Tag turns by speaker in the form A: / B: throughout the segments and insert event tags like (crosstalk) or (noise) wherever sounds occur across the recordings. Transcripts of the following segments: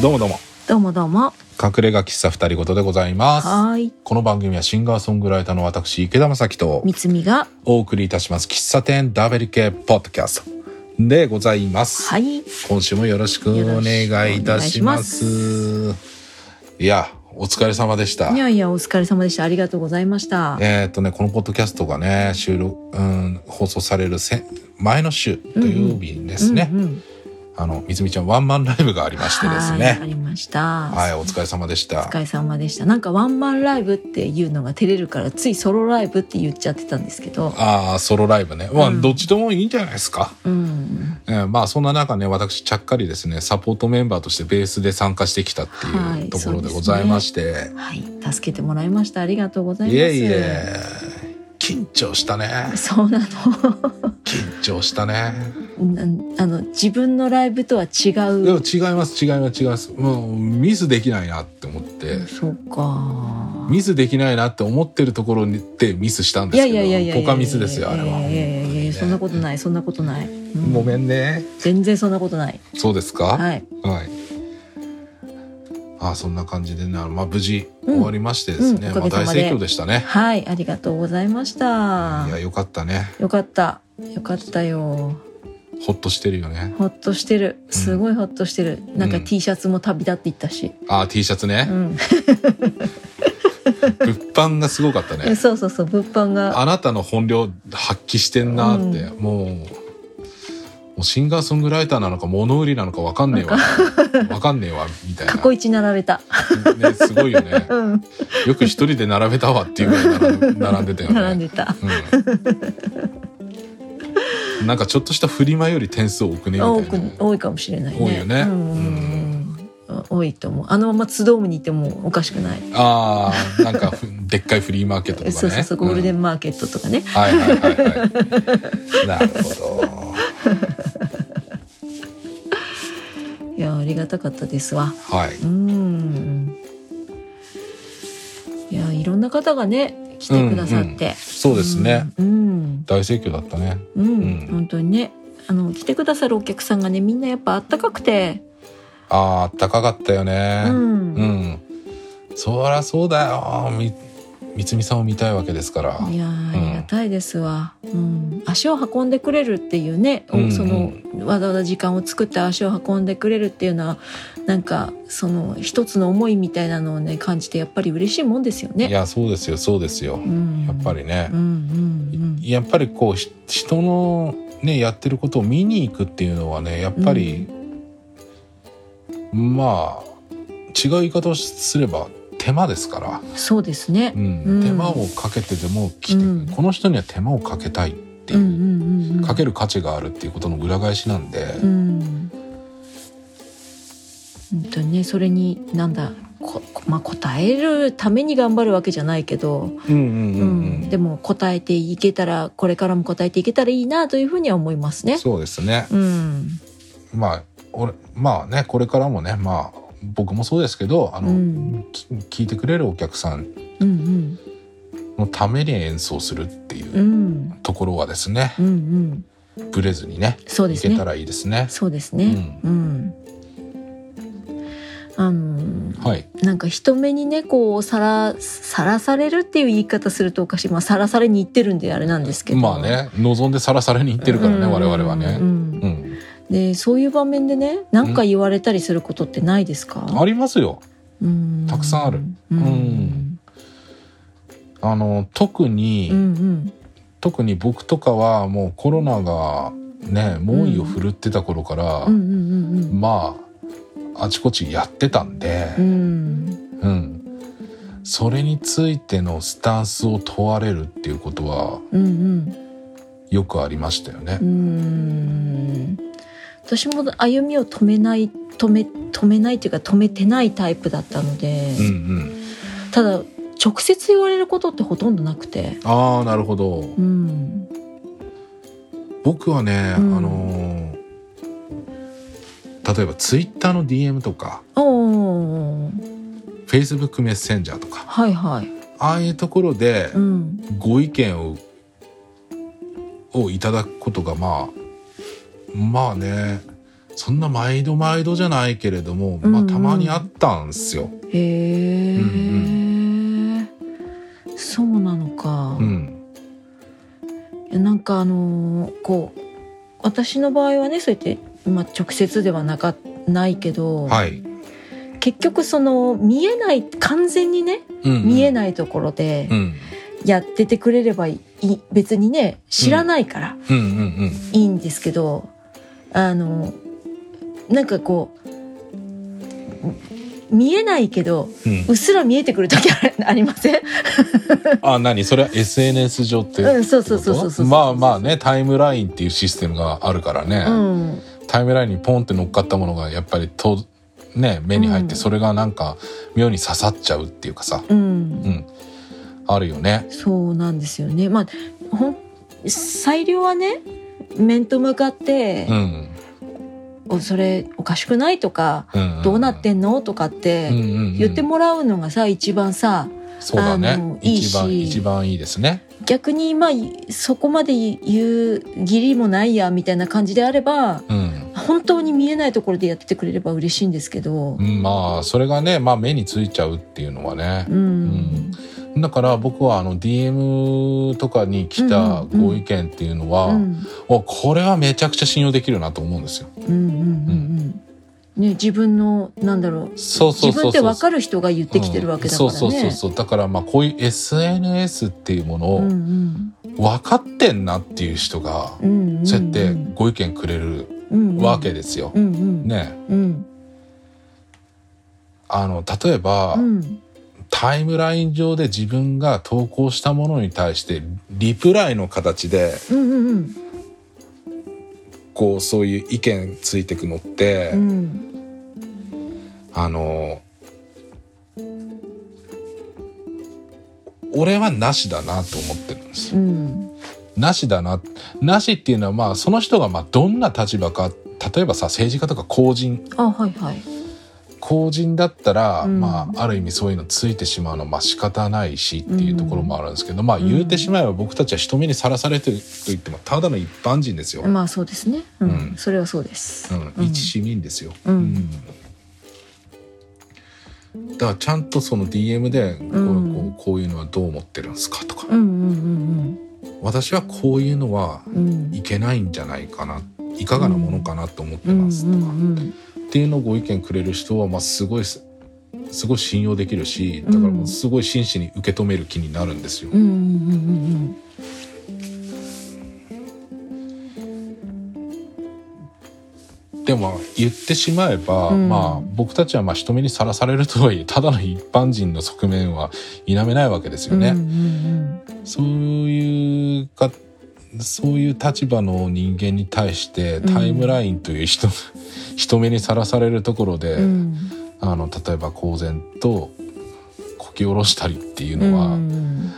A: どうもどうも
B: どうもどうも。
A: 隠れ家喫茶二人ごとでございます
B: はーい。
A: この番組はシンガーソングライターの私池田正樹と
B: みつみが。
A: お送りいたします喫茶店ダベリ系ポッドキャストでございます、
B: はい。
A: 今週もよろしくお願いいたしますいやお疲れ様でした
B: いやいや、お疲れ様でした。ありがとうございました。
A: えっとねこのポッドキャストがね収録、うん、放送されるせ前の週土曜日にですね、
B: うんうん。
A: あのみずみちゃんワンマンライブがありましてです
B: はいあ
A: ね
B: りました。
A: はいお疲れ様でした
B: お疲れ様でした。なんかワンマンライブっていうのが照れるから、ついソロライブって言っちゃってたんですけど。
A: ああ、ソロライブね。まあ、
B: うん
A: どっちでもいいんじゃないですか。
B: うん。
A: えーまあ、そんな中ね、私、ちゃっかりですね、サポートメンバーとしてベースで参加してきたって
B: はいいう
A: ところでございまして。
B: はい。助けてもらいました。ありがとうございます。
A: いえいえ、緊張したね。
B: そうな
A: 緊張したね。
B: の。 (laughs) なんあの、自分のライブとは違
A: で
B: う。
A: も違います、違います、違います。もう、ミスできないなって思って。
B: そうか。
A: ミスできないなって思ってるところにでミスしたん
B: い
A: です
B: や
A: け
B: い
A: ど、
B: やいやいやいや
A: ポカミスですよ、あれは。
B: いやいやいやいや、そんなことない、そんなことない。うん
A: ごめんね。
B: 全然そんなことない。
A: そうですか
B: はい。
A: はい。あそんな感じでね、まあ、無事
B: うん
A: 終わりましてですね、
B: う
A: ま
B: んお
A: あ、
B: かげさ
A: 大
B: まで
A: 盛況でしたね。
B: はい、ありがとうございまし
A: い
B: た。
A: や、よかったね。
B: よかった。よかったよ。
A: ほっとしてるよね。
B: ほっとしてる。すごいほっとしてる。なん
A: う
B: か
A: ん
B: T シャツも旅立っていったし。
A: あ T シャツ
B: う
A: ね。
B: ん。
A: 物販がすごかったね。
B: (laughs) そうそうそう、物販が。
A: あなたの本領発揮してんなって、
B: う
A: もう、もうシンガーソングライターなのか物売りなのかわかんねえわ。わかんねえわ、みたいな。
B: 過去一並べた。
A: ね、すごいよね。
B: (laughs) うん。
A: よく一人で並べたわっていうぐらい並ん並んでたよね。
B: 並んでた。
A: うんなんかちょっとしたフリマより点数多くねみ
B: 多
A: た
B: く
A: いな。
B: 多いかもしれないね。
A: 多いよね
B: うんうんうん。多いと思う。あのまま津ドームに行ってもおかしくない。
A: ああ、なんかふでっかいフリーマーケットとかね。
B: (laughs) そうそうそう、ゴールデ
A: ン。
B: ンマーケットとかね。
A: はいはいはいは
B: (laughs)
A: い。なるほ
B: いや、ありがたかったですわ。
A: ど。はい。
B: うん。いや、いろんな方がね、来てくださって。
A: うんうんそうですね。
B: うん。
A: 大盛況だったね。
B: うん、う
A: う
B: ん
A: ん
B: 本当にね。あの来てくださるお客さんがねみんなやっぱあったかくて、
A: ああ、あったかかったよね。
B: う、
A: うんん。そりゃそうだよ。み、みつみさんを見たいわけですから。
B: いやーありがたいですわ、うん、足を運んでくれるっていうね、お
A: うんうん
B: そのわざわざ時間を作って足を運んでくれるっていうのはなんかその一つの思いみたいなのをね感じてやっぱり嬉しいもんですよね。
A: いや、そうですよ、そうですよ
B: う。ん、
A: やっぱりね。
B: うんうん
A: やっぱりこうひ人のねやってることを見に行くっていうのはねやっぱり、まあ違う言い方をすれば手間ですから、
B: うん、そうですね
A: う。ん
B: うん
A: 手間をかけてでも来て、
B: うん
A: この人には手間をかけたいっていうう、
B: んうんうんうん、
A: かける価値があるっていうことの裏返しなんで、
B: うん。うんとね、それになんだこ、こまあ、答えるために頑張るわけじゃないけど、
A: うんうんうんうん
B: でも答えていけたらこれからも答えていけたらいいなというふうには思いますね。
A: そうですね
B: うん、
A: まあ俺まあねこれからもねまあ僕もそうですけどあの、
B: うん
A: き聞いてくれるお客さん
B: うん
A: のために演奏するっていう
B: うんうん
A: ところはですね
B: うんうん
A: ブレずにね
B: そうで
A: い
B: す
A: けた
B: ね。
A: らいいですね。
B: そうですね。うん、あの
A: はい。
B: なんか人目にねこうさらさらされるっていう言い方するとおかしいまあさらされに行ってるんであれなんですけど
A: まあね望んでさらされに行ってるからね、
B: うん
A: 我々は
B: う
A: ね。
B: ん
A: うん、
B: でそういう場面でね何か言われたりすることってないですか、
A: ありますよ。
B: うん
A: たくさんある
B: うん
A: うんあの特に、
B: うんうん
A: 特に僕とかはもうコロナがね猛威を振るってた頃から、
B: うんうんうん
A: まああちこちやってたんで、
B: うん
A: うんそれについてのスタンスを問われるっていうことは
B: うんうん
A: よくありましたよね
B: う。ん私も歩みを止めない止め止めないというか止めてないタイプだったので、
A: うんうん、
B: ただ直接言われることってほとんどなくて
A: ああなるほど。
B: うん
A: 僕はね、
B: うん
A: あのー例えばツイッターの DM とか
B: おー
A: Facebook メッセンジャーとか
B: はいはい
A: ああいうところで
B: うん
A: ご意見を,、をいただくことがまあまあねそんな毎度毎度じゃないけれども、まあ、
B: うんうん
A: たまにあったんですよ。
B: へえ、
A: う
B: そうなのか、
A: うん
B: いやなんかあのーこう私の場合はねそうやって、まあ、直接ではなかないけど、
A: はい
B: 結局その見えない完全にね見え
A: い、
B: ないところで
A: うん
B: やっててくれればいい別にね知らないから
A: うんうん
B: いいんですけど、あのなんかこう見えないけど
A: うんうん
B: うっすら見えてくる時あれありません、
A: あ何それは SNS 上って
B: うん、そうそうそうそうそう
A: まあまあねタイムラインっていうシステムがあるからね、
B: うん、
A: タイムラインにポンって乗っかったものがやっぱりとね目に入っ
B: う
A: て
B: ん
A: それがなんか妙に刺さっちゃうっていうかさ、
B: うん
A: うん、あるよね。
B: そうなんですよね。まあ、ほん、裁量はね、面と向かって
A: う、ん
B: おそれおかしくないとか、
A: うんうん、
B: どうなってんのとかって言
A: 言
B: ってもらうのがさ、一番さ、
A: そうだ
B: あ
A: ね
B: の
A: 一番
B: いいし
A: 一番いいですね。
B: 逆にまあ、いそこまで言う義理もないや、みたいな感じであれば、
A: うん
B: 本当に見えないところでやっててくれれば嬉しいんですけど
A: う。ん、まあそれがね、まあ、目についちゃうっていうのはね
B: う、ん。
A: だから僕はあの DM とかに来た
B: うんうんうん
A: ご意見っていうのは、
B: うん。
A: おこれはめちゃくちゃ信用できるなと思うんですよ。
B: うん。うん。うん。ね、自分の、なんだろう。
A: そうそう
B: 自
A: そ
B: 分
A: うそ
B: って
A: う
B: 分かる人が言ってきてるわけだからね。
A: うんそうそうそうそうだからまあこういう SNS っていうもの
B: うんう
A: を
B: ん
A: 分かってんなっていう人が
B: うんうんうん、
A: そうやってご意見くれるわけですよ。
B: うんうん、
A: ね
B: うん
A: あの例えば、
B: うん
A: タイムライン上で自分が投稿したものに対してリプライの形で
B: うんうん
A: こうそういう意見ついてくのって、
B: うん
A: あの俺はなしだなと思ってるんですよ
B: うん
A: なしだな。なしっていうのはまあその人がまあどんな立場か、例えばさ政治家とか公人、
B: あはいはい
A: 公人だったら、
B: うん
A: まあある意味そういうのついてしまうのはまあ仕方ないしっていうところもあるんですけど、まあ
B: うん
A: 言うてしまえば僕たちは人目にさらされてると言ってもただの一般人ですよ。うん
B: まあそうですねうん、
A: うん
B: それはそうです、
A: 一市民ですよ。
B: うん
A: うんだからちゃんとその DM でこう,、
B: うん
A: こうこういうのはどう思ってるんですかとか、
B: うんうん
A: 私はこういうのは
B: うんうんうん
A: いけないんじゃないかないかがなものかなと思って
B: うん
A: ますとか、
B: うん
A: っ
B: うん
A: ていうのをご意見くれる人はまあすごいすすごい信用できるしだからもうすごい真摯に受け止める気になるんですよ。
B: うんうんうんうん
A: でも言ってしまえば、
B: うん
A: まあ僕たちはまあ人目にさらされるとはいえただの一般人の側面は否めないわけです
B: う
A: よ
B: ん
A: ね。
B: うん
A: そういうかそういう立場の人間に対してタイムラインという人、 (laughs) 人目にさらされるところで、
B: うんうん
A: あの例えば公然とこき下ろしたりっていう
B: う
A: のは
B: ん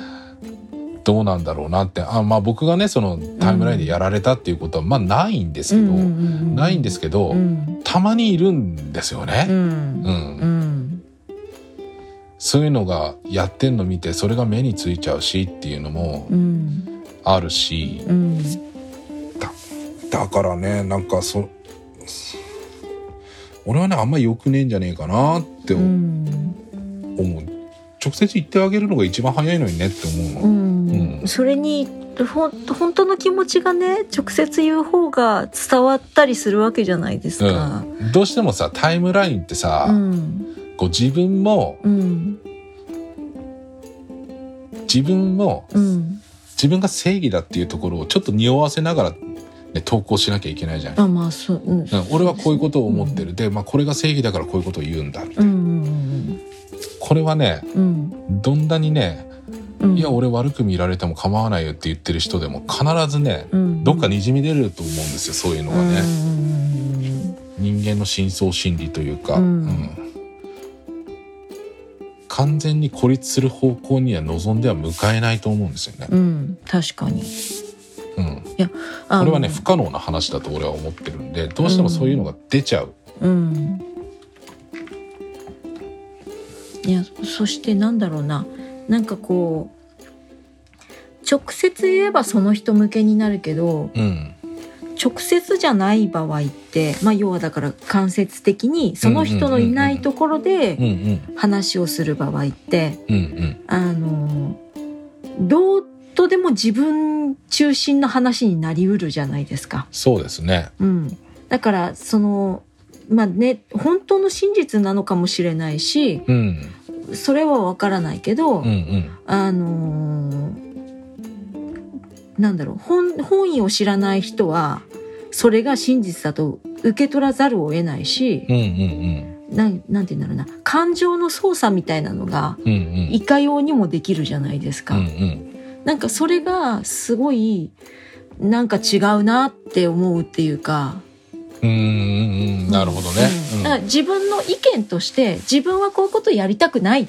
A: どうなんだろうなって、あまあ僕がねそのタイムラインでやられたっていうことはまあないんですけど、
B: うん
A: ないんですけど、
B: うん
A: たまにいるんですよ
B: う
A: ね。
B: ん
A: うん
B: うん
A: そういうのがやってんの見てそれが目についちゃうしっていうのも
B: うん
A: あるし、
B: うん
A: だからねなんかそ俺はねあんま良くねえんじゃねえかなって思う、直接言ってあげるのが一番早いのにねって思うの。
B: うん
A: うん
B: それにほん本当の気持ちがね直接言う方が伝わったりするわけじゃないですか。
A: うん、どうしてもさタイムラインってさ、
B: うん
A: こう自分も
B: うん
A: 自分も
B: うん、
A: 自分が正義だっていうところをちょっと匂わせながら、ね、投稿しなきゃいけないじゃない、
B: あまあそううん
A: うん、俺はこういうことを思ってるで、まあ、これが正義だからこういうことを言うんだ
B: うんうん
A: これはね
B: うん
A: どんなにね
B: うん
A: いや俺悪く見られても構わないよって言ってる人でも必ずね
B: うん
A: どっかにじみ出ると思うんですよそういうの
B: う
A: は
B: ん
A: ね、人間の深層心理というか、
B: うん
A: うん完全に孤立する方向には望んでは向かえないと思うんですよね
B: う。んうん確かに。
A: うん
B: あ
A: これ
B: の
A: はね不可能な話だと俺は思ってるんでどうしてもそういうのが出ちゃう、
B: うん。いやそしてなんだろうななんかこう直接言えばその人向けになるけど
A: うん
B: 直接じゃない場合って、まあ、要はだから間接的にその人のいないところで
A: うんうん
B: 話をする場合って
A: うんうん
B: あのどうとでも自分中心の話になりうるじゃないですか。
A: そうですね
B: うん、だからそのまあね本当の真実なのかもしれないし
A: うん
B: それはわからないけど、
A: うんうん
B: あのーなんだろう本本意を知らない人はそれが真実だと受け取らざるを得ないし
A: うんうん
B: なんなんて言うんだろうな感情の操作みたいなのが
A: うんうんうん
B: いかようにもできるじゃないです
A: う
B: か。
A: んうん
B: なんかそれがすごいなんか違うなって思うっていうか。
A: うんうんうんなるほどね
B: うんだから自分の意見として自分はこういうことやりたくないっ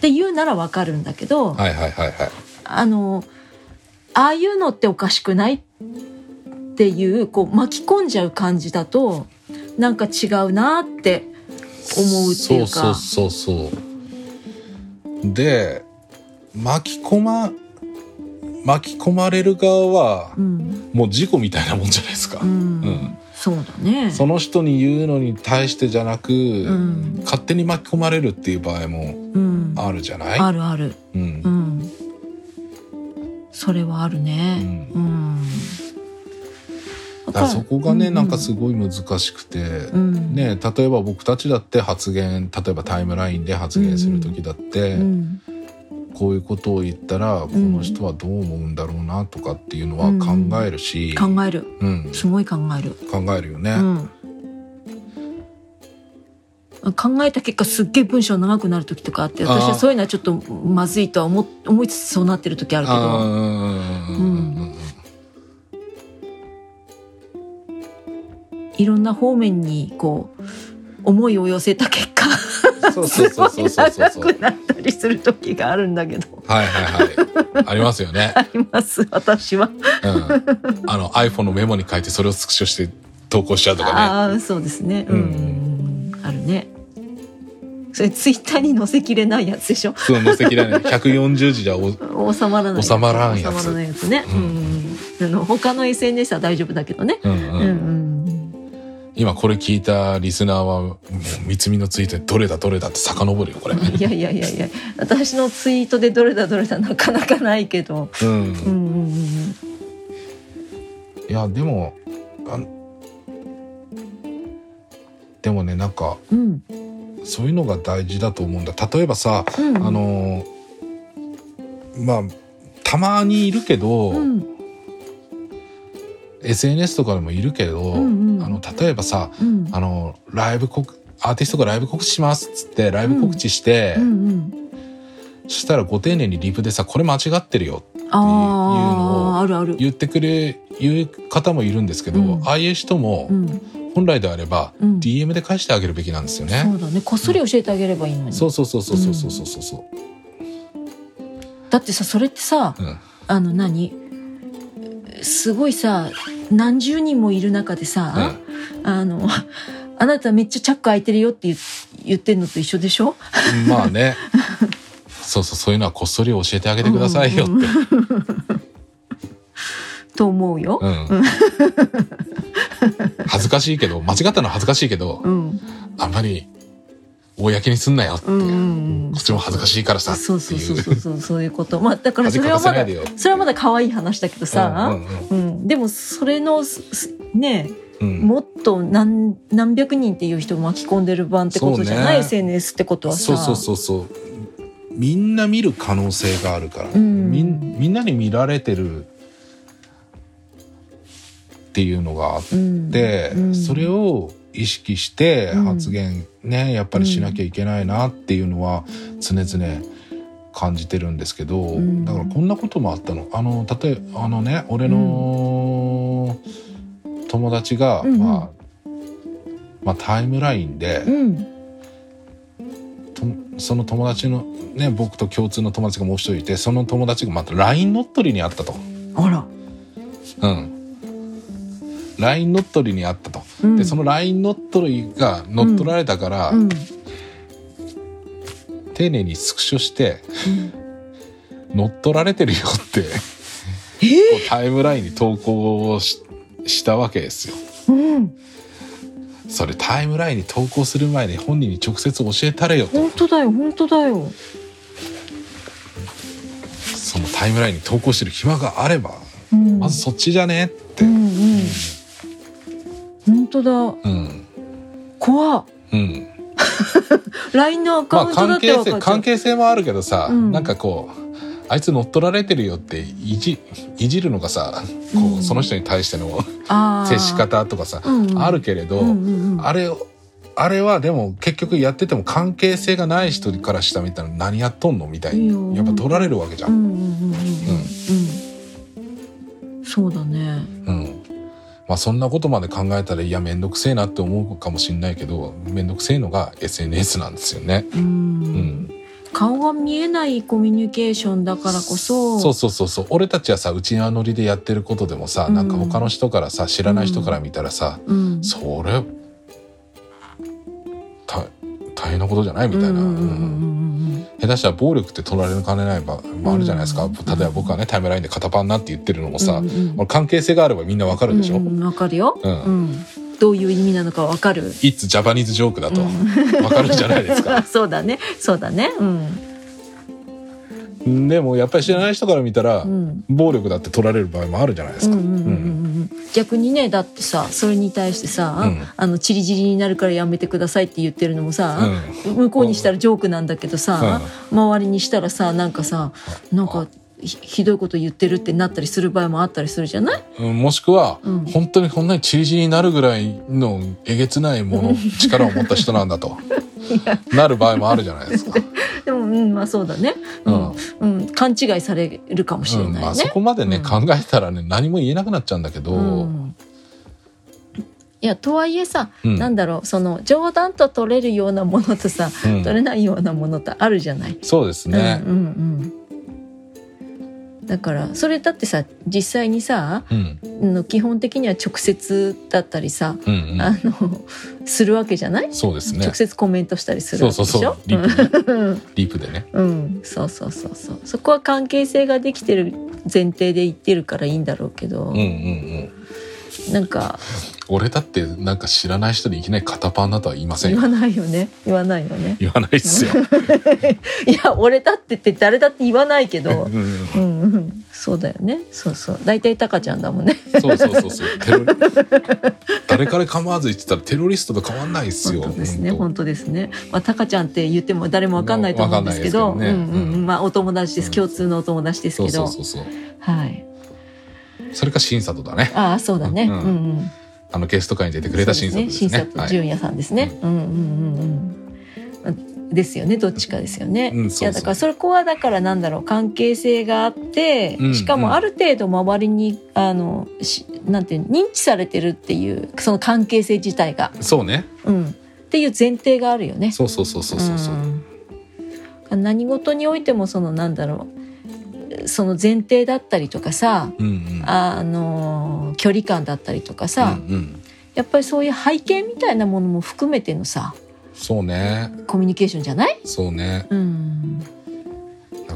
B: て言うならわかるんだけど、
A: はいはいはいはい
B: あのああいうのっておかしくないっていうこう巻き込んじゃう感じだとなんか違うなって思うっていう
A: そ
B: か
A: うそうそうそうで巻き込ま巻き込まれる側は
B: うん、
A: もう事故みたいなもんじゃないですか、
B: うん
A: ん
B: そうだね
A: その人に言うのに対してじゃなく、
B: ん
A: 勝手に巻き込まれるっていう場合も
B: うん、
A: あるじゃない、
B: あるある
A: うん
B: うんそれはあるね
A: う
B: うん、
A: だからそこがね、
B: う
A: なんかすごい難しくて、
B: うん、
A: ね、例えば僕たちだって発言例えばタイムラインで発言する時だって、
B: うん
A: こういうことを言ったらこの人はどう思うんだろうなとかっていうのは考えるし、
B: 考える
A: うん、
B: すごい考える、
A: 考えるよね、
B: うん、考えた結果すっげえ文章長くなる時とかあって私
A: あー
B: はそういうのはちょっとまずいとは思思いつつそうなってる時あるけ
A: あ
B: ど
A: ーうんうん
B: いろんな方面にこう思いを寄せた結果
A: うんそうそう
B: す
A: そ
B: ご
A: うそう
B: い
A: そうそう
B: (laughs) 長くなったりする時があるんだけど
A: はいはいはいありますよね、
B: あります私は。
A: うん、あの iPhone のメモに書いてそれをスクショして投稿しちゃうとかね
B: ああそうですね
A: う
B: うんん、あるね。それツイッターに載せきれないやつでしょ (laughs)
A: その載せきらない140字じゃお
B: 収まらない
A: 収まらんやつ
B: 収まらないやつね、
A: う
B: うんんあの他の SNS は大丈夫だけどね、
A: うん
B: う
A: うんん
B: うん、
A: 今これ聞いたリスナーはもう三つみのツイートでどれだどれだって遡るよこれ、
B: いやいやいやいや私のツイートでどれだどれだなかなかないけど、
A: うん、
B: うん
A: い
B: うんうん、
A: やでもあのでもねなんか
B: うん
A: そういうのが大事だと思うんだ例えばさ、
B: うん
A: あのまあたまにいるけど、
B: うん
A: SNS とかでもいるけど、
B: うんうん
A: あの例えばさ
B: うん
A: あのライブ告アーティストがライブ告知しますっつってライブ告知して、
B: うんうん
A: そしたらご丁寧にリプでさこれ間違ってるよ
B: あああるある
A: 言ってくれ言う方もいるんですけど、
B: うん
A: ああいう人も
B: うん
A: 本来であれば
B: うん
A: DM で返してあげるべきなんですよ
B: そ
A: ね。
B: うだねこっそり教えてあげればいいのに
A: そうそうそうそうそうそうそうそうそう。
B: だってさそれってさ
A: うん
B: あの何すごいさ何十人もいる中でさ、あの、あなためっちゃチャック開いてるよって言言ってんのと一緒でしょ
A: うんまあね。そうそうそういうのはこっそり教えてあげてくださいよって。
B: うんと思うよ。
A: うん恥ずかしいけど間違ったのは恥ずかしいけど、
B: うん。
A: あんまり公にすんなよって、
B: うんうんうん
A: こっちも恥ずかしいからさってい
B: そうそうそうそうそう、そういうこと。まあ、だから
A: 恥か
B: それ
A: か
B: は
A: せ
B: ま
A: ない
B: だ
A: で、よっていう
B: それはまだ可愛い話だけど
A: う
B: さ、
A: んうん
B: うんでもそれの、すすね、
A: うんうん
B: もっと何何百人っていう人を巻き込んでる番ってことじゃない、
A: そうね
B: SNS ってことはさ。
A: そうそうそうそうみんな見る可能性があるから、
B: うん
A: みんみんなに見られてるっていうのがあっ
B: うん
A: て、
B: うん
A: それを意識して
B: うん
A: 発言ね、やっぱりしなきゃいけないなっていうのは常々感じてるんですけど、
B: ん
A: だからこんなこともあったのあの例えばあのね俺の友達が、
B: うんうん
A: まあまあ、タイムラインで、
B: うん。
A: とその友達のね僕と共通の友達がもう一人いてその友達がまた LINE 乗っ取りにあったと。
B: あら。
A: うん LINE 乗っ取りにあったと、
B: うん
A: でその LINE 乗っ取りが乗っ取られたから、
B: うん。
A: 丁寧にスクショして「乗っ取られてるよ」ってこうタイムラインに投稿をししたわけですよ。
B: うん
A: それタイムラインに投稿する前に本人に直接教えたれよと
B: 本当だよ本当だよ
A: そのタイムラインに投稿してる暇があれば
B: うん
A: まずそっちじゃねって
B: うんうん本当だ
A: うん
B: 怖っ
A: うん、
B: LINE のア
A: ま
B: カウ
A: あ関
B: ントだって
A: 係
B: 分
A: 性
B: かっちゃう
A: 関係性もあるけどさ、
B: うん
A: なんかこうあいつ乗っ取られてるよっていじいじるのがさこう、
B: うん
A: その人に対しての
B: あー
A: 接し方とかさあ,、
B: うんうん
A: るけれど、
B: うんうんうん
A: あれをあれはでも結局やってても関係性がない人からしたみたいな何やっとんのみたい
B: いいよ
A: にやっぱ取られるわけじゃ
B: うん
A: ん。
B: うんうんうんうんそうだね
A: うんまあ、そんなことまで考えたらいや面倒くせえなって思うかもしれないけど面倒くせえのが SNS なんですよね。
B: うん、
A: うん、
B: 顔が見えないコミュニケーションだからこそ
A: そうそうそうそう俺たちはさうちのノリでやってることでもさ、
B: うん
A: なんか他の人からさ知らない人から見たらさ、
B: うん
A: それた大変なことじゃないみたいな、
B: うんうんうんう
A: うん
B: んうん
A: 下手したら暴力って取られるかねない場もあるじゃないですか、
B: うん
A: 例えば僕はねタイムラインで肩パンなって言ってるのもさ、
B: うんうん
A: 俺関係性があればみんなわかるでしょ、
B: うんうんわかるよ、
A: うん
B: うんどういう意味なのかわかる (laughs)
A: いつジャパニーズジョークだとわ、
B: う
A: かるじゃないです
B: (laughs)
A: か
B: そうだねそうだねうん
A: でもやっぱり知らない人から見たら、
B: うん
A: 暴力だって取られる場合もあるじゃないで
B: う
A: す
B: ん
A: か、
B: うんうんうんうん逆にねだってさそれに対してさ、
A: うん
B: あのチリチリになるからやめてくださいって言ってるのもさ、向こうにしたらジョークなんだけどさ、周りにしたらさなんかさなんかひひどいこと言ってるってなったりする場合もあったりするじゃない
A: うんもしくは、
B: うん
A: 本当にこんなにチリチリになるぐらいのえげつないもの力を持った人なんだ
B: (laughs)
A: となる場合もあるじゃないですか。
B: でもうんまあそうだね、うんうん、勘違いされるかもしれ
A: うん
B: ないね。
A: まあ、そこまでね、
B: うん
A: 考えたらね何も言えなくなっちゃうんだけど、
B: うんいやとはいえさ、
A: うん
B: なんだろうその冗談と取れるようなものとさ、
A: うん
B: 取れないようなものとあるじゃない。
A: そうですね
B: う。んうんうん、だからそれだってさ実際にさ
A: うん
B: あの基本的には直接だったりさ、
A: うんうん
B: あのするわけじゃない、
A: そうですね
B: 直。接コメントしたりする
A: そ
B: わ
A: う
B: けで
A: そう
B: し
A: そう。リ
B: ょうん
A: ップリップでね。
B: うん、そうそうそうそうそこは関係性ができてる前提で言ってるからいいんだろうけど、
A: うんうんうん。
B: なんか
A: 俺だってなんか知らない人にいきなり肩パンなとは言いません
B: 言
A: よ。
B: わないよね言わないよね
A: 言わないっすよ。
B: いや俺だってって誰だって言わないけ
A: うん (laughs)
B: ど
A: うん
B: うんうんそうだよねそうそう大体タカちゃんだもんね
A: そうそうそうそう。テロリ誰から構わず言ってたらテロリストと変わんないっすよ。
B: 本当ですね
A: ほん
B: 本当ですねまあタカちゃんって言っても誰もわかんないと思うんですけど
A: わかんないですけどね
B: うんうんうんまあお友達です、
A: うん
B: 共通のお友達です
A: と
B: け
A: そ
B: ど
A: うそうそうそう。
B: はい
A: それか審査とだね。
B: ああそうだね、う
A: うんん
B: うん
A: あのゲスト会に出てくれた審査とですね。
B: そうですね新里
A: はい
B: 純也さんですね。うんうんうんうん。ですよね。どっちかですよね。
A: うんそう
B: い
A: そう
B: やだからそこはだからなんだろう関係性があって、
A: うん
B: しかもある程度周りにあのしなんていう認知されてるっていうその関係性自体が、
A: そうね。
B: うん、っていう前提があるよね。
A: そうそうそうそうそうそう。
B: うん何事においてもそのなんだろうその前提だったりとかさ、
A: うんうん。
B: あの距離感だったりとかさ。
A: うんうん。
B: やっぱりそういう背景みたいなものも含めてのさ
A: そうね。
B: コミュニケーションじゃない
A: そうね。
B: うん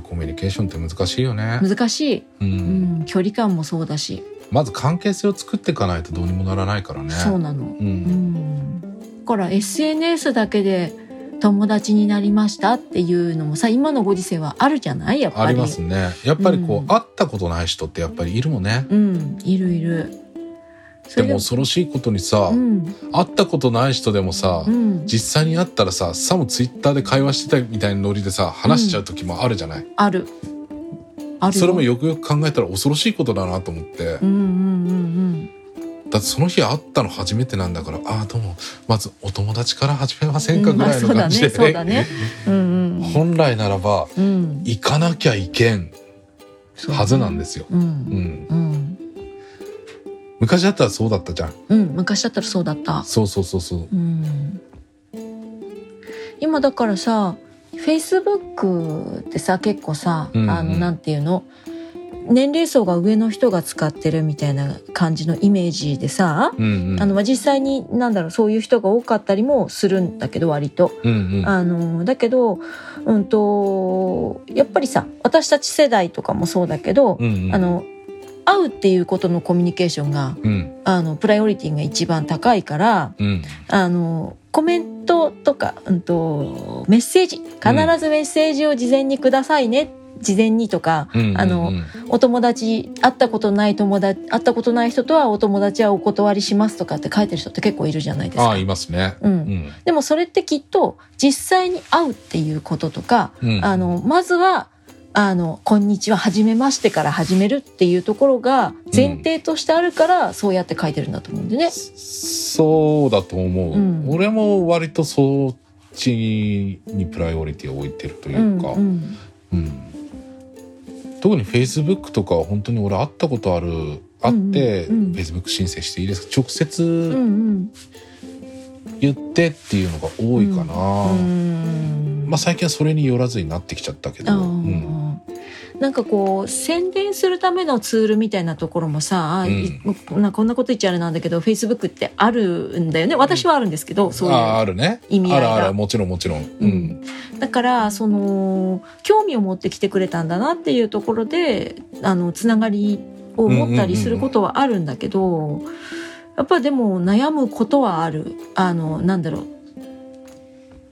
A: コミュニケーションって難しいよね。
B: 難しい、
A: う。
B: うんん、距離感もそうだし、
A: まず関係性を作っていかないとどうにもならないからね。
B: そうなの、
A: う。
B: うんん、だから SNS だけで友達になりましたっていうのもさ今のご時世はあるじゃないやっぱり
A: ありますね。やっぱりこう、
B: うん
A: 会ったことない人ってやっぱりいるもんね。
B: うんいるいるそ
A: で
B: れ
A: も恐ろしいことにさ、
B: うん
A: 会ったことない人でもさ、
B: うん
A: 実際に会ったらささもツイッターで会話してたみたいなノリでさ話しちゃう時もあるじゃない、
B: あるあるよ
A: それもよくよく考えたら恐ろしいことだなと思って、
B: うんうんうん
A: だってその日会ったの初めてなんだからああどうもまずお友達から始めませ
B: うんん
A: か
B: うん
A: ぐ
B: まあ
A: らい
B: そ
A: の
B: うだ
A: 感じ
B: ね
A: で、
B: そうだ
A: (laughs)
B: ねうんうん
A: 本来ならば
B: うん
A: 行かなきゃいけん
B: そう
A: はずなんですよ、
B: うん
A: うん、
B: うん
A: 昔だったらそうだったじゃん
B: うん、昔だったらそうだった。
A: そうそうそうそう
B: うん。今だからさ、Facebook ってさ、結構さ、
A: うんうん
B: あの、なんていうの年齢層が上の人が使ってるみたいな感じのイメージでさ、
A: うんうん
B: あの、まあ、実際に、なんだろう、そういう人が多かったりもするんだけど、割と。
A: うんうん
B: あのだけど、うん、とやっぱりさ私たち世代とかもそうだけど、
A: うんうん
B: あの会うっていうことのコミュニケーションが
A: うん
B: あのプライオリティが一番高いから
A: うん
B: あのコメントとか、うん、とメッセージ必ずメッセージを事前にくださいね、事前にとか、
A: うん
B: あの
A: うん
B: お友達会ったことない友達会ったことない人とはお友達はお断りしますとかって書いてる人って結構いるじゃないです
A: あ
B: か。
A: あいますね
B: う、
A: うんん
B: でもそれってきっと実際に会うっていうこととか、
A: うん
B: あのまずはあの「こんにちははじめまして」から始めるっていうところが前提としてあるから、そうやって書いてるんだと思うんでね。
A: そうだと思う、
B: うん
A: 俺も割とそっちにプライオリティを置いてるというか、
B: うんうん
A: うん特にフェイスブックとかは本当に俺会ったことある会ってフ
B: うんうんうん
A: ェイスブック申請していいですか直
B: う
A: 接
B: ん
A: 言ってっていうのが多いか
B: う
A: な、
B: ん
A: まあ最近はそれによらずになってきちゃったけど、
B: あ
A: うん
B: ーなんかこう宣伝するためのツールみたいなところもさ、
A: う
B: いなこんなこと言っちゃあれなんだけど Facebook ってあるんだよね私はあるんですけど、そういう
A: あああるね
B: 意味合いが
A: あるあるもちろんもちろん、う
B: うんん、だからその興味を持ってきてくれたんだなっていうところであのつながりを持ったりすることはあるんだけど、やっぱでも悩むことはあるあのなんだろう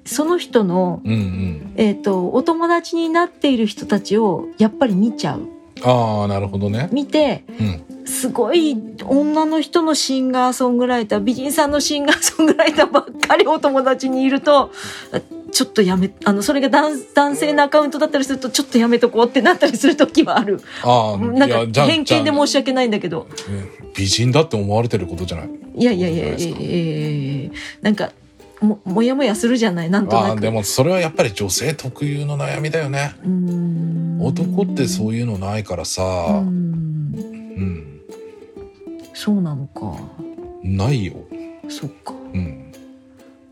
B: その人の、
A: うんうん
B: えー、とお友達になっている人たちをやっぱり見ちゃう
A: ああなるほどね
B: 見て
A: うん
B: すごい女の人のシンガーソングライター美人さんのシンガーソングライターばっかりお友達にいるとちょっとやめあのそれが男男性のアカウントだったりするとちょっとやめとこうってなったりする時はある
A: ああ
B: ない
A: や
B: ん
A: じ
B: か
A: ゃん
B: 偏見で申し訳ないんだけど
A: じゃんね美人だって思われてることじゃない
B: いやいやいやい
A: どうで
B: やい
A: す
B: や
A: か
B: いやなんかももやもやするじゃないなんと
A: あ
B: な
A: あ
B: く
A: でもそれはやっぱり女性特有の悩みだよね
B: うーん
A: 男ってそういうのないから
B: うー
A: さ、う
B: ん
A: ん、
B: そうなのか
A: ないよ、
B: そっか
A: うん、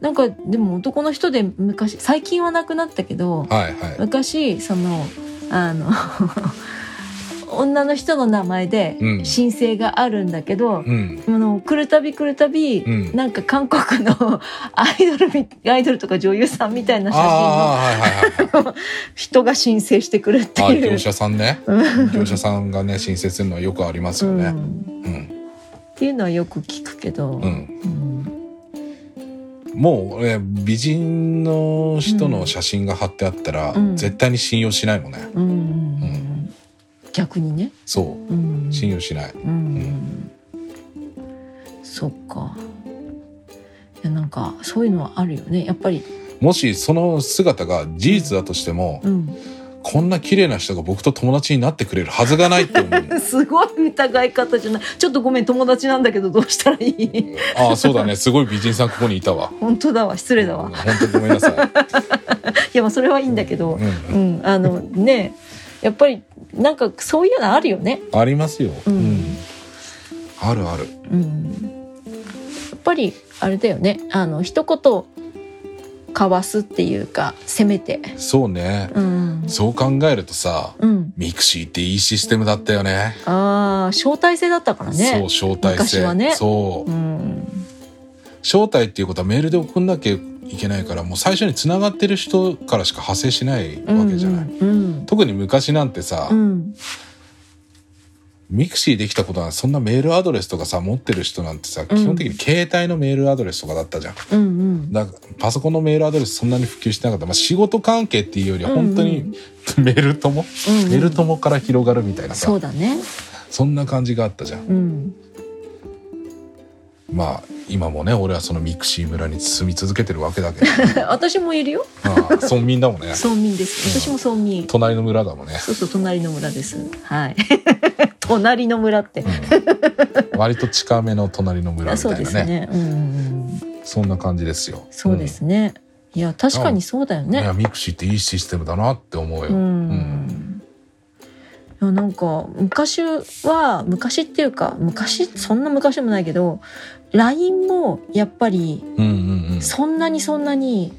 B: なんかでも男の人で昔最近はなくなったけど、
A: はいはい
B: 昔そのあの (laughs) 女の人の名前で
A: うん
B: 申請があるんだけ
A: う
B: ど、
A: ん
B: あの来るたび来るたび、
A: うん
B: なんか韓国の (laughs) アイドルみアイドルとか女優さんみたいな写真の
A: ああはいはいはい
B: 人が申請してくるって
A: ああ
B: い
A: 業
B: う。
A: 者さんね
B: うん
A: 業者さんがね申請するのはよくありますよ
B: う
A: ね
B: ん
A: うん
B: っていうのはよく聞くけど、
A: うん、
B: うん
A: もう俺美人の人の写真が貼ってあったら、
B: うん
A: 絶対に信用しないもんね
B: うん
A: ん
B: 逆にね、、
A: そううん信用しない
B: うん、そっかいやなんかそういうのはあるよねやっぱり、
A: もしその姿が事実だとしても、
B: うん、
A: こんな綺麗な人が僕と友達になってくれるはずがないって思う
B: (laughs) すごい疑い方じゃないちょっとごめん友達なんだけどどうしたらいい
A: ああそうだねすごい美人さんここにいたわ
B: 本当だわ失礼だ
A: う
B: わ
A: ん本当ごめんなさい。
B: いやまあそれはいいんだけど
A: うん
B: うんあのねやっぱりなんかそういうのあるよね
A: ありますよ。
B: うん
A: あるある。
B: うんやっぱりあれだよねあの一言かわすっていうかせめて
A: そうね。
B: うん
A: そう考えるとさ、
B: うん
A: ミクシーっていいシステムだったよね。
B: ああ招待制だったからね
A: そう招待
B: 昔
A: 制。
B: はね
A: そう、
B: うん
A: 招待っていうことはメールで送んなきゃいけないから、もう最初に繋がってる人からしか派生しないわけじゃない。
B: うん
A: 特に昔なんてさ、
B: うんうん
A: ミクシーできたことはそんなメールアドレスとかさ持ってる人なんてさ、基本的に携帯のメールアドレスとかだったじゃん
B: うんうん
A: だからパソコンのメールアドレスそんなに普及してなかった、まあ、仕事関係っていうよりは本当
B: う
A: にメール友、
B: うんうん
A: メール友から広がるみたいなさ
B: そうだね
A: そんな感じがあったじゃん
B: うん
A: まあ今もね俺はそのミクシー村に住み続けてるわけだ
B: (laughs)
A: けど
B: 私もいるよ
A: まあ村民だもんね
B: 村民です私も村民
A: 隣の村だもんね、
B: そうそう隣の村ですはい隣の村って
A: うん割と近めの隣の村
B: あ
A: みた
B: そう
A: い
B: で
A: な
B: す
A: ね
B: ねうんうんうん
A: そんな感じですよ
B: そうですねいや確かにそうだよ
A: うんいや
B: ね
A: ミクシーっていいシステムだなって思うよ、
B: う
A: うん
B: んいやなんか昔は昔っていうか昔そんな昔もないけど LINE もやっぱり
A: うんうんうん
B: そんなにそんなに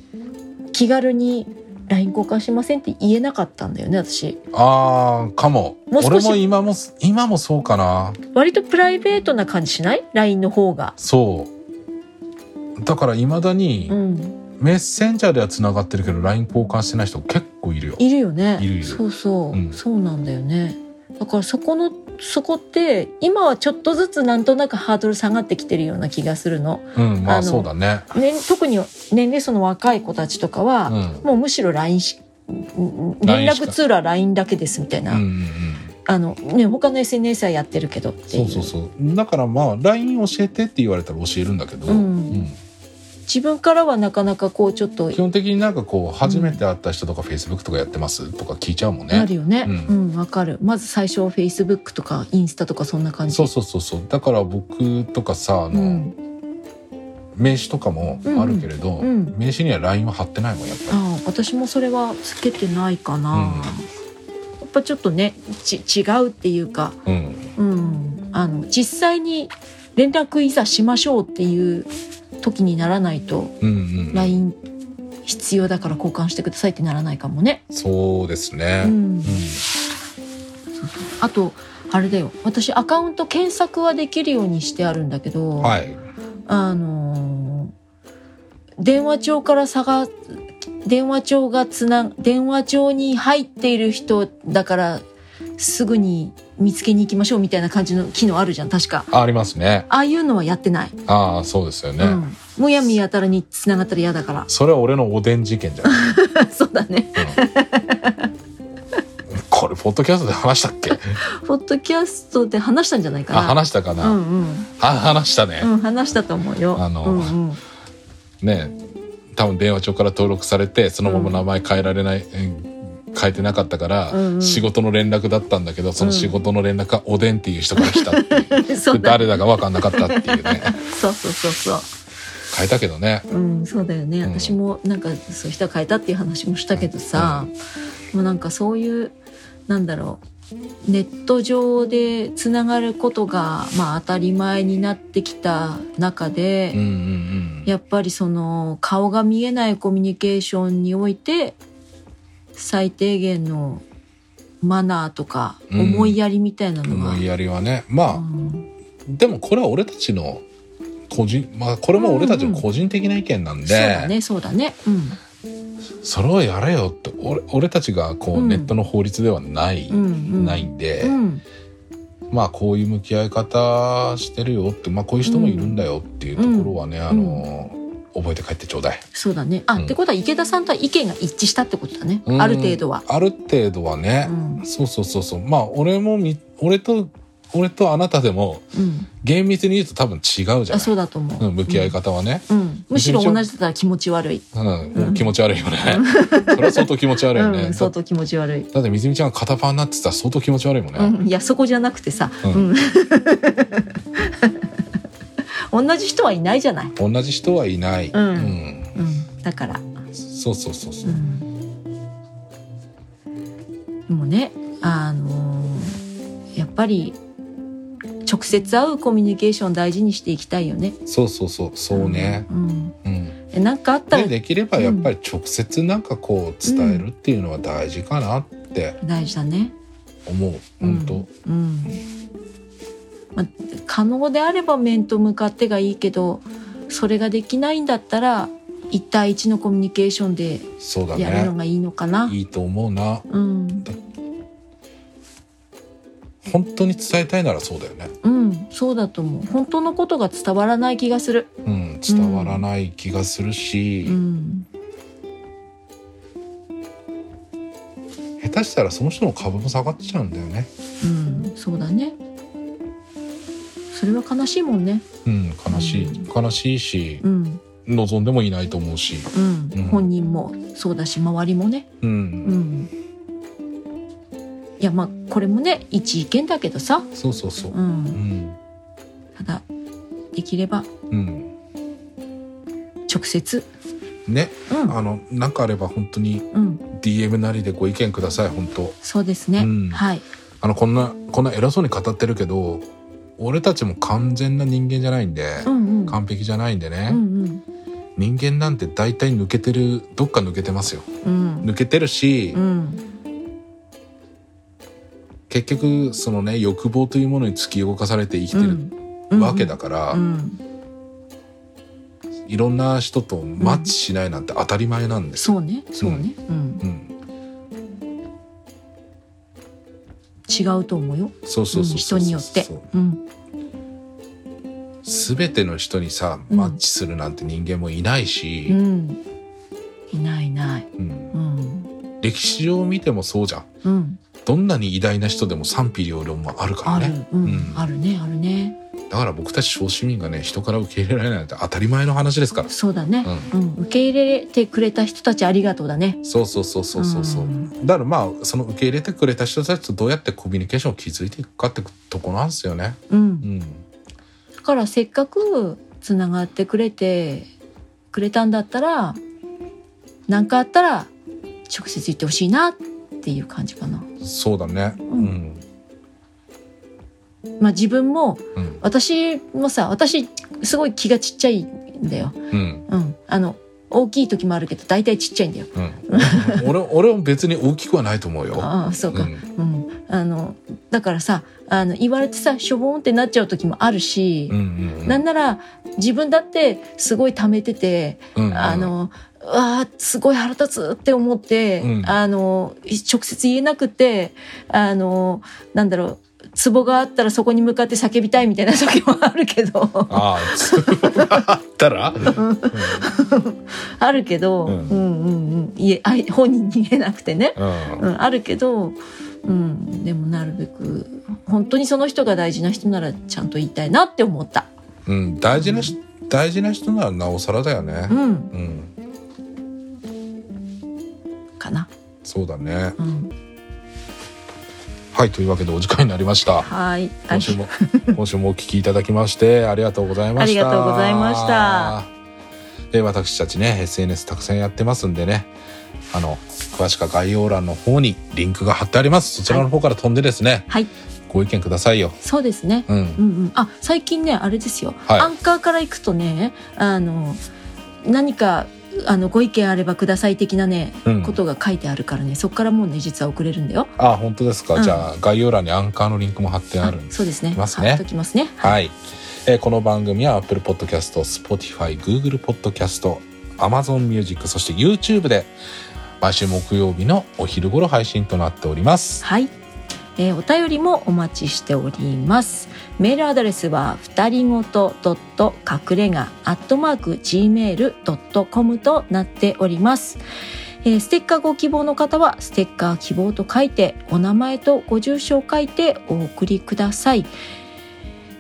B: 気軽に LINE 交換しませんって言えなかったんだよね私
A: ああかも
B: もう少
A: 俺
B: し
A: も今も今もそうかな
B: 割とプライベートな感じしない LINE の方が
A: そうだからいまだに
B: うん
A: メッセンジャーではつながってるけど LINE 交換してない人結構いるよ
B: いるよね
A: いるいる
B: そうそう、
A: うん
B: そうなんだよねだからそこのそこって今はちょっとずつなんとなくハードル下がってきてるような気がするの。
A: うんま
B: あ
A: あ
B: の
A: そうだね
B: ね、特に年齢層の若い子たちとかは、
A: うん
B: もうむしろ LINE し連
A: LINE し
B: 絡
A: か
B: ツールは LINE だけですみたい
A: うん
B: な、
A: うんうん
B: あのね、他の SNS はやってるけどってい
A: そううそうそうだからまあ LINE 教えてって言われたら教えるんだけど、
B: うん自分からはなかなかこうちょっと
A: 基本的になんかこう初めて会った人とか Facebook とかやってますとか聞いちゃうもん
B: な
A: ね
B: るよね。
A: うん
B: うん、わ、かる。まず最初は Facebook とかインスタとかそんな感じ。
A: そうそうそうそうだから僕とかさあの、
B: うん、
A: 名刺とかもあるけれど、
B: うんうん
A: 名刺には LINE は貼ってないもんやっぱり
B: ああ、私もそれはつけてないかな。
A: うん
B: やっぱちょっとね、ち違うっていうか、
A: うん
B: うん、あの実際に連絡いざしましょうっていう時にならないと
A: うんうん、
B: LINE 必要だから交換してくださいってならないかもね。
A: そうですね、
B: う
A: うん
B: ん。あとあれだよ。私アカウント検索はできるようにしてあるんだけど。
A: はい
B: あのー電話帳から探電話帳がつな電話帳に入っている人だからすぐに見つけに行きましょうみたいな感じの機能あるじゃん確か
A: ありますね
B: ああいうのはやってない、
A: ああそうですよね、
B: うん、むやみやたらにつながったら嫌だか
A: それは俺のおでん (laughs) 事件じゃない、
B: らそうだね
A: うんこれポッドキャストで話したっ
B: (laughs)
A: け
B: ポッドキャストで話したんじゃないかな
A: あ話したか
B: う
A: な、
B: んうん
A: あ話したね、
B: うん話したと思うよ
A: あの
B: うんうん、
A: ね多分電話帳から登録されてそのまま名前変えられない、うん変えてなかったから、
B: うんうん
A: 仕事の連絡だったんだけどその仕事の連絡がおでんっていう人から来たって
B: (laughs)
A: いう、 (laughs)
B: そうだ
A: 誰だか分かんなかったっていうね
B: そうそうそうそう
A: 変えたけどね
B: うん、そうだよね、
A: うん
B: 私もなんかそういう人は変えたっていう話もしたけどさ、もうなんかそういうなんだろうネット上でつながることが、まあ、当たり前になってきた中で、
A: うんうんうん
B: やっぱりその顔が見えないコミュニケーションにおいて最低限のマナーとか
A: うん
B: 思いやりみたいなのが、
A: 思
B: う
A: い
B: ん
A: やりはねまあ、でもこれは俺たちの個人まあこれも俺たちの個人的な意見なん
B: そう
A: で、
B: だねそうだね、う
A: それをやれよって俺俺たちがこう、
B: うん
A: ネットの法律ではない、
B: んうんうん、
A: ないんで、
B: うん
A: まあこういう向き合い方してるよって、まあ、こういう人もいるんだよっていうところはね、あの覚えて帰ってちょうだい。
B: そうだね。あ、
A: うん
B: ってことは池田さんとは意見が一致したってことだね。
A: うん
B: ある程度は。
A: ある程度はね
B: う、ん。
A: そうそうそうそうまあ俺もみ俺と俺とあなたでも
B: うん。
A: 厳密に言うと多分違うじゃない
B: あ、そうだと思う。
A: うん向き合い方はね、
B: うん。うん。むしろ同じだったら気持ち
A: (laughs)
B: 悪い。
A: うん
B: うん
A: 気持ち悪いよねそれは相当気持ち悪いよね、
B: うん。相当気持ち悪い。
A: だってみずみちゃんが肩パンになってたら相当気持ち悪いもんね、
B: うん。いや、そこじゃなくてさ。う
A: うん
B: ん。 (laughs) 同じ人はいないじゃない。
A: 同じ人はいない、
B: うんうん。だから。
A: うんそうそうそうそうう、
B: ん。でもね、あのーやっぱり、直接会うコミュニケーション大事にしていきたいよね。
A: そうそうそうそうね、
B: うん。
A: うん、
B: えなんかあったら
A: でできればやっぱり直接なんかこう伝えるっていうのは大事かなって
B: 大事だね。
A: 思う、
B: うん
A: 本当
B: うん。まあ、可能であれば面と向かってがいいけど、それができないんだったら一対一のコミュニケーションで
A: そうだ
B: やるの
A: ね
B: がいいのかな。
A: いいと思うな
B: うん、
A: 本当に伝えたいならそうだよね、
B: うん、そうだと思う。本当のことが伝わらない気がする。
A: うん、伝わらない気がするし、
B: うん、
A: 下手したらその人の株も下がっちゃうんだよね
B: うん、そうだね。それは悲しいもんね。
A: うん悲しい、
B: う
A: 悲しいし
B: うん、
A: 望んでもいないと思うし
B: うん、
A: うん
B: 本人もそうだし、周りもね。
A: うん、
B: うん。いや、まあ、これもね、一意見だけどさ。
A: そうそうそう
B: う、ん
A: う。ん
B: ただできれば
A: うん、
B: 直接
A: ね
B: うん
A: あのなんかあれば本当に
B: うん
A: DM なりでご意見ください本当
B: そうですね、
A: うん
B: はい
A: あのこんなこんな偉そうに語ってるけど俺たちも完全な人間じゃないんで、
B: うんうん
A: 完璧じゃないんでね
B: う、ん
A: 人間なんて大体抜けてるどっか抜けてますよ
B: うんうん
A: 抜けてるし、
B: うん
A: 結局そのね欲望というものに突き動かされて生きてる
B: うん
A: わけだから、
B: うん
A: いろんな人とマッチしないなんて当たり前なんですよ、
B: そうねそうねうん
A: うん
B: 違違うと思うよ。
A: そうそうそううんそうそう
B: 人によって。うん。
A: 全ての人にさ
B: うん
A: マッチするなんて人間もいないうし、
B: ん。いないいない。
A: うん
B: うん。
A: 歴史上見てもそうじゃん
B: うん。
A: どんなに偉大な人でも賛否両論もあるか
B: あ
A: ら
B: る
A: ね。
B: うん。
A: うん
B: あるね。あるね。
A: だから僕たち小市民がね人から受け入れられないなんて当たり前の話ですから
B: そうだね。うん。受け入れてくれた人たちありがとうだね。
A: そうそうそうそうそうそううんだからまあその受け入れてくれた人たちとどうやってコミュニケーションを築いていくかってとこなんですよね
B: うん
A: う。ん
B: だからせっかくつながってくれてくれたんだったら何かあったら直接言ってほしいなっていう感じかな。
A: そうだねうん
B: んまあ、自分も
A: うん
B: 私もさ私すごい気がちっちゃいんだよ。
A: うん
B: うん、あの大きい時もあるけど大体ちっちゃいんだよ。
A: うん俺俺も別に大きくはないと思うよ
B: ああそう
A: う
B: か、
A: ん
B: うんあのだからさあの言われてさしょぼんってなっちゃう時もあるし
A: う、んうん
B: なんなら自分だってすごい溜めてて
A: うんうん
B: あの、うわあすごい腹立つって思って、
A: うん
B: あの直接言えなくてあのなんだろうツボがあったらそこに向かって叫びたいみたいな時もあるけどあ
A: ああそうあったらうん
B: るけど、
A: う
B: うんん、うんうん言えあい本人に言えなくてね、
A: うん
B: うん、あるけど、うん、でもなるべく本当にその人が大事な人ならちゃんと言いたいなって思った。
A: うん大事なし大事な人ならなおさらだよ
B: う
A: ね
B: ん、
A: うん
B: かな。
A: そうだね
B: うん、
A: はいというわけでお時間になりました
B: はい。
A: 今週も今週もお聞きいただきましてありがとうございました
B: ありがとうございました
A: で私たちね SNS たくさんやってますんでねあの詳しくは概要欄の方にリンクが貼ってありますそちらの方から飛んでですね、
B: はい、
A: ご意見くださいよ
B: そうですね。
A: うん
B: うんうん、あ最近ねあれですよ、
A: はい
B: アンカーから行くとねあの何かあのご意見あればください的なね、
A: うん
B: ことが書いてあるからねそこからもうね実は送れるんだよ。
A: あ本当ですか、
B: うん
A: じゃあ概要欄にアンカーのリンクも貼ってあるんです
B: そうですね。
A: ますね
B: 貼っときますね。
A: はい、えーこの番組は Apple Podcast、Spotify、Google Podcast、Amazon Music、そして YouTube で毎週木曜日のお昼頃配信となっております。
B: はい。えーお便りもお待ちしております。メールアドレスはふたりごとドット隠れがアットマーク gmail ドットコムとなっております。えーステッカーご希望の方はステッカー希望と書いてお名前とご住所を書いてお送りください。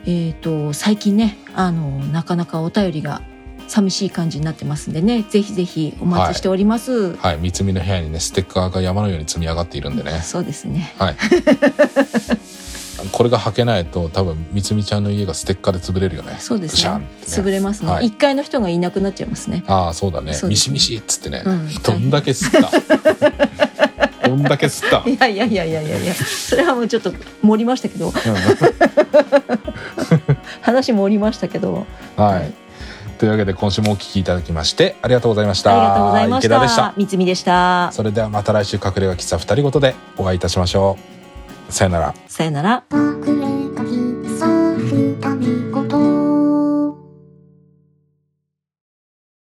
B: えっ、と最近ねあのなかなかお便りが寂しい感じになってますんでねぜひぜひお待ちしております。
A: はい、三つ見の部屋にねステッカーが山のように積み上がっているんでね。
B: そうですね。
A: はい。これが履けないと多分三つ見ちゃんの家がステッカーで潰れるよね。
B: そうです
A: ぐしゃんっ
B: ね。
A: て
B: 潰
A: ね。
B: れますね。一、
A: はい
B: 階の人がいなくなっちゃいますね。
A: ああそうだね。
B: そう
A: ミ
B: です
A: シ
B: ね
A: ミシっつってね。
B: うん
A: どんだけ吸っ
B: (laughs)
A: た。どんだけ吸った。
B: いやいやいやいやいやいや、それはもうちょっと盛りましたけど、話盛りましたけど。
A: はい。というわけで今週もお聞きいただきましてありがとうございまし
B: あ
A: た。
B: りがとうございまし
A: 池田でした
B: た。。三つみでした。
A: それではまた来週隠れ家喫茶二人ごとでお会いいたしましょう。さよなら。
B: さよなら。
C: 隠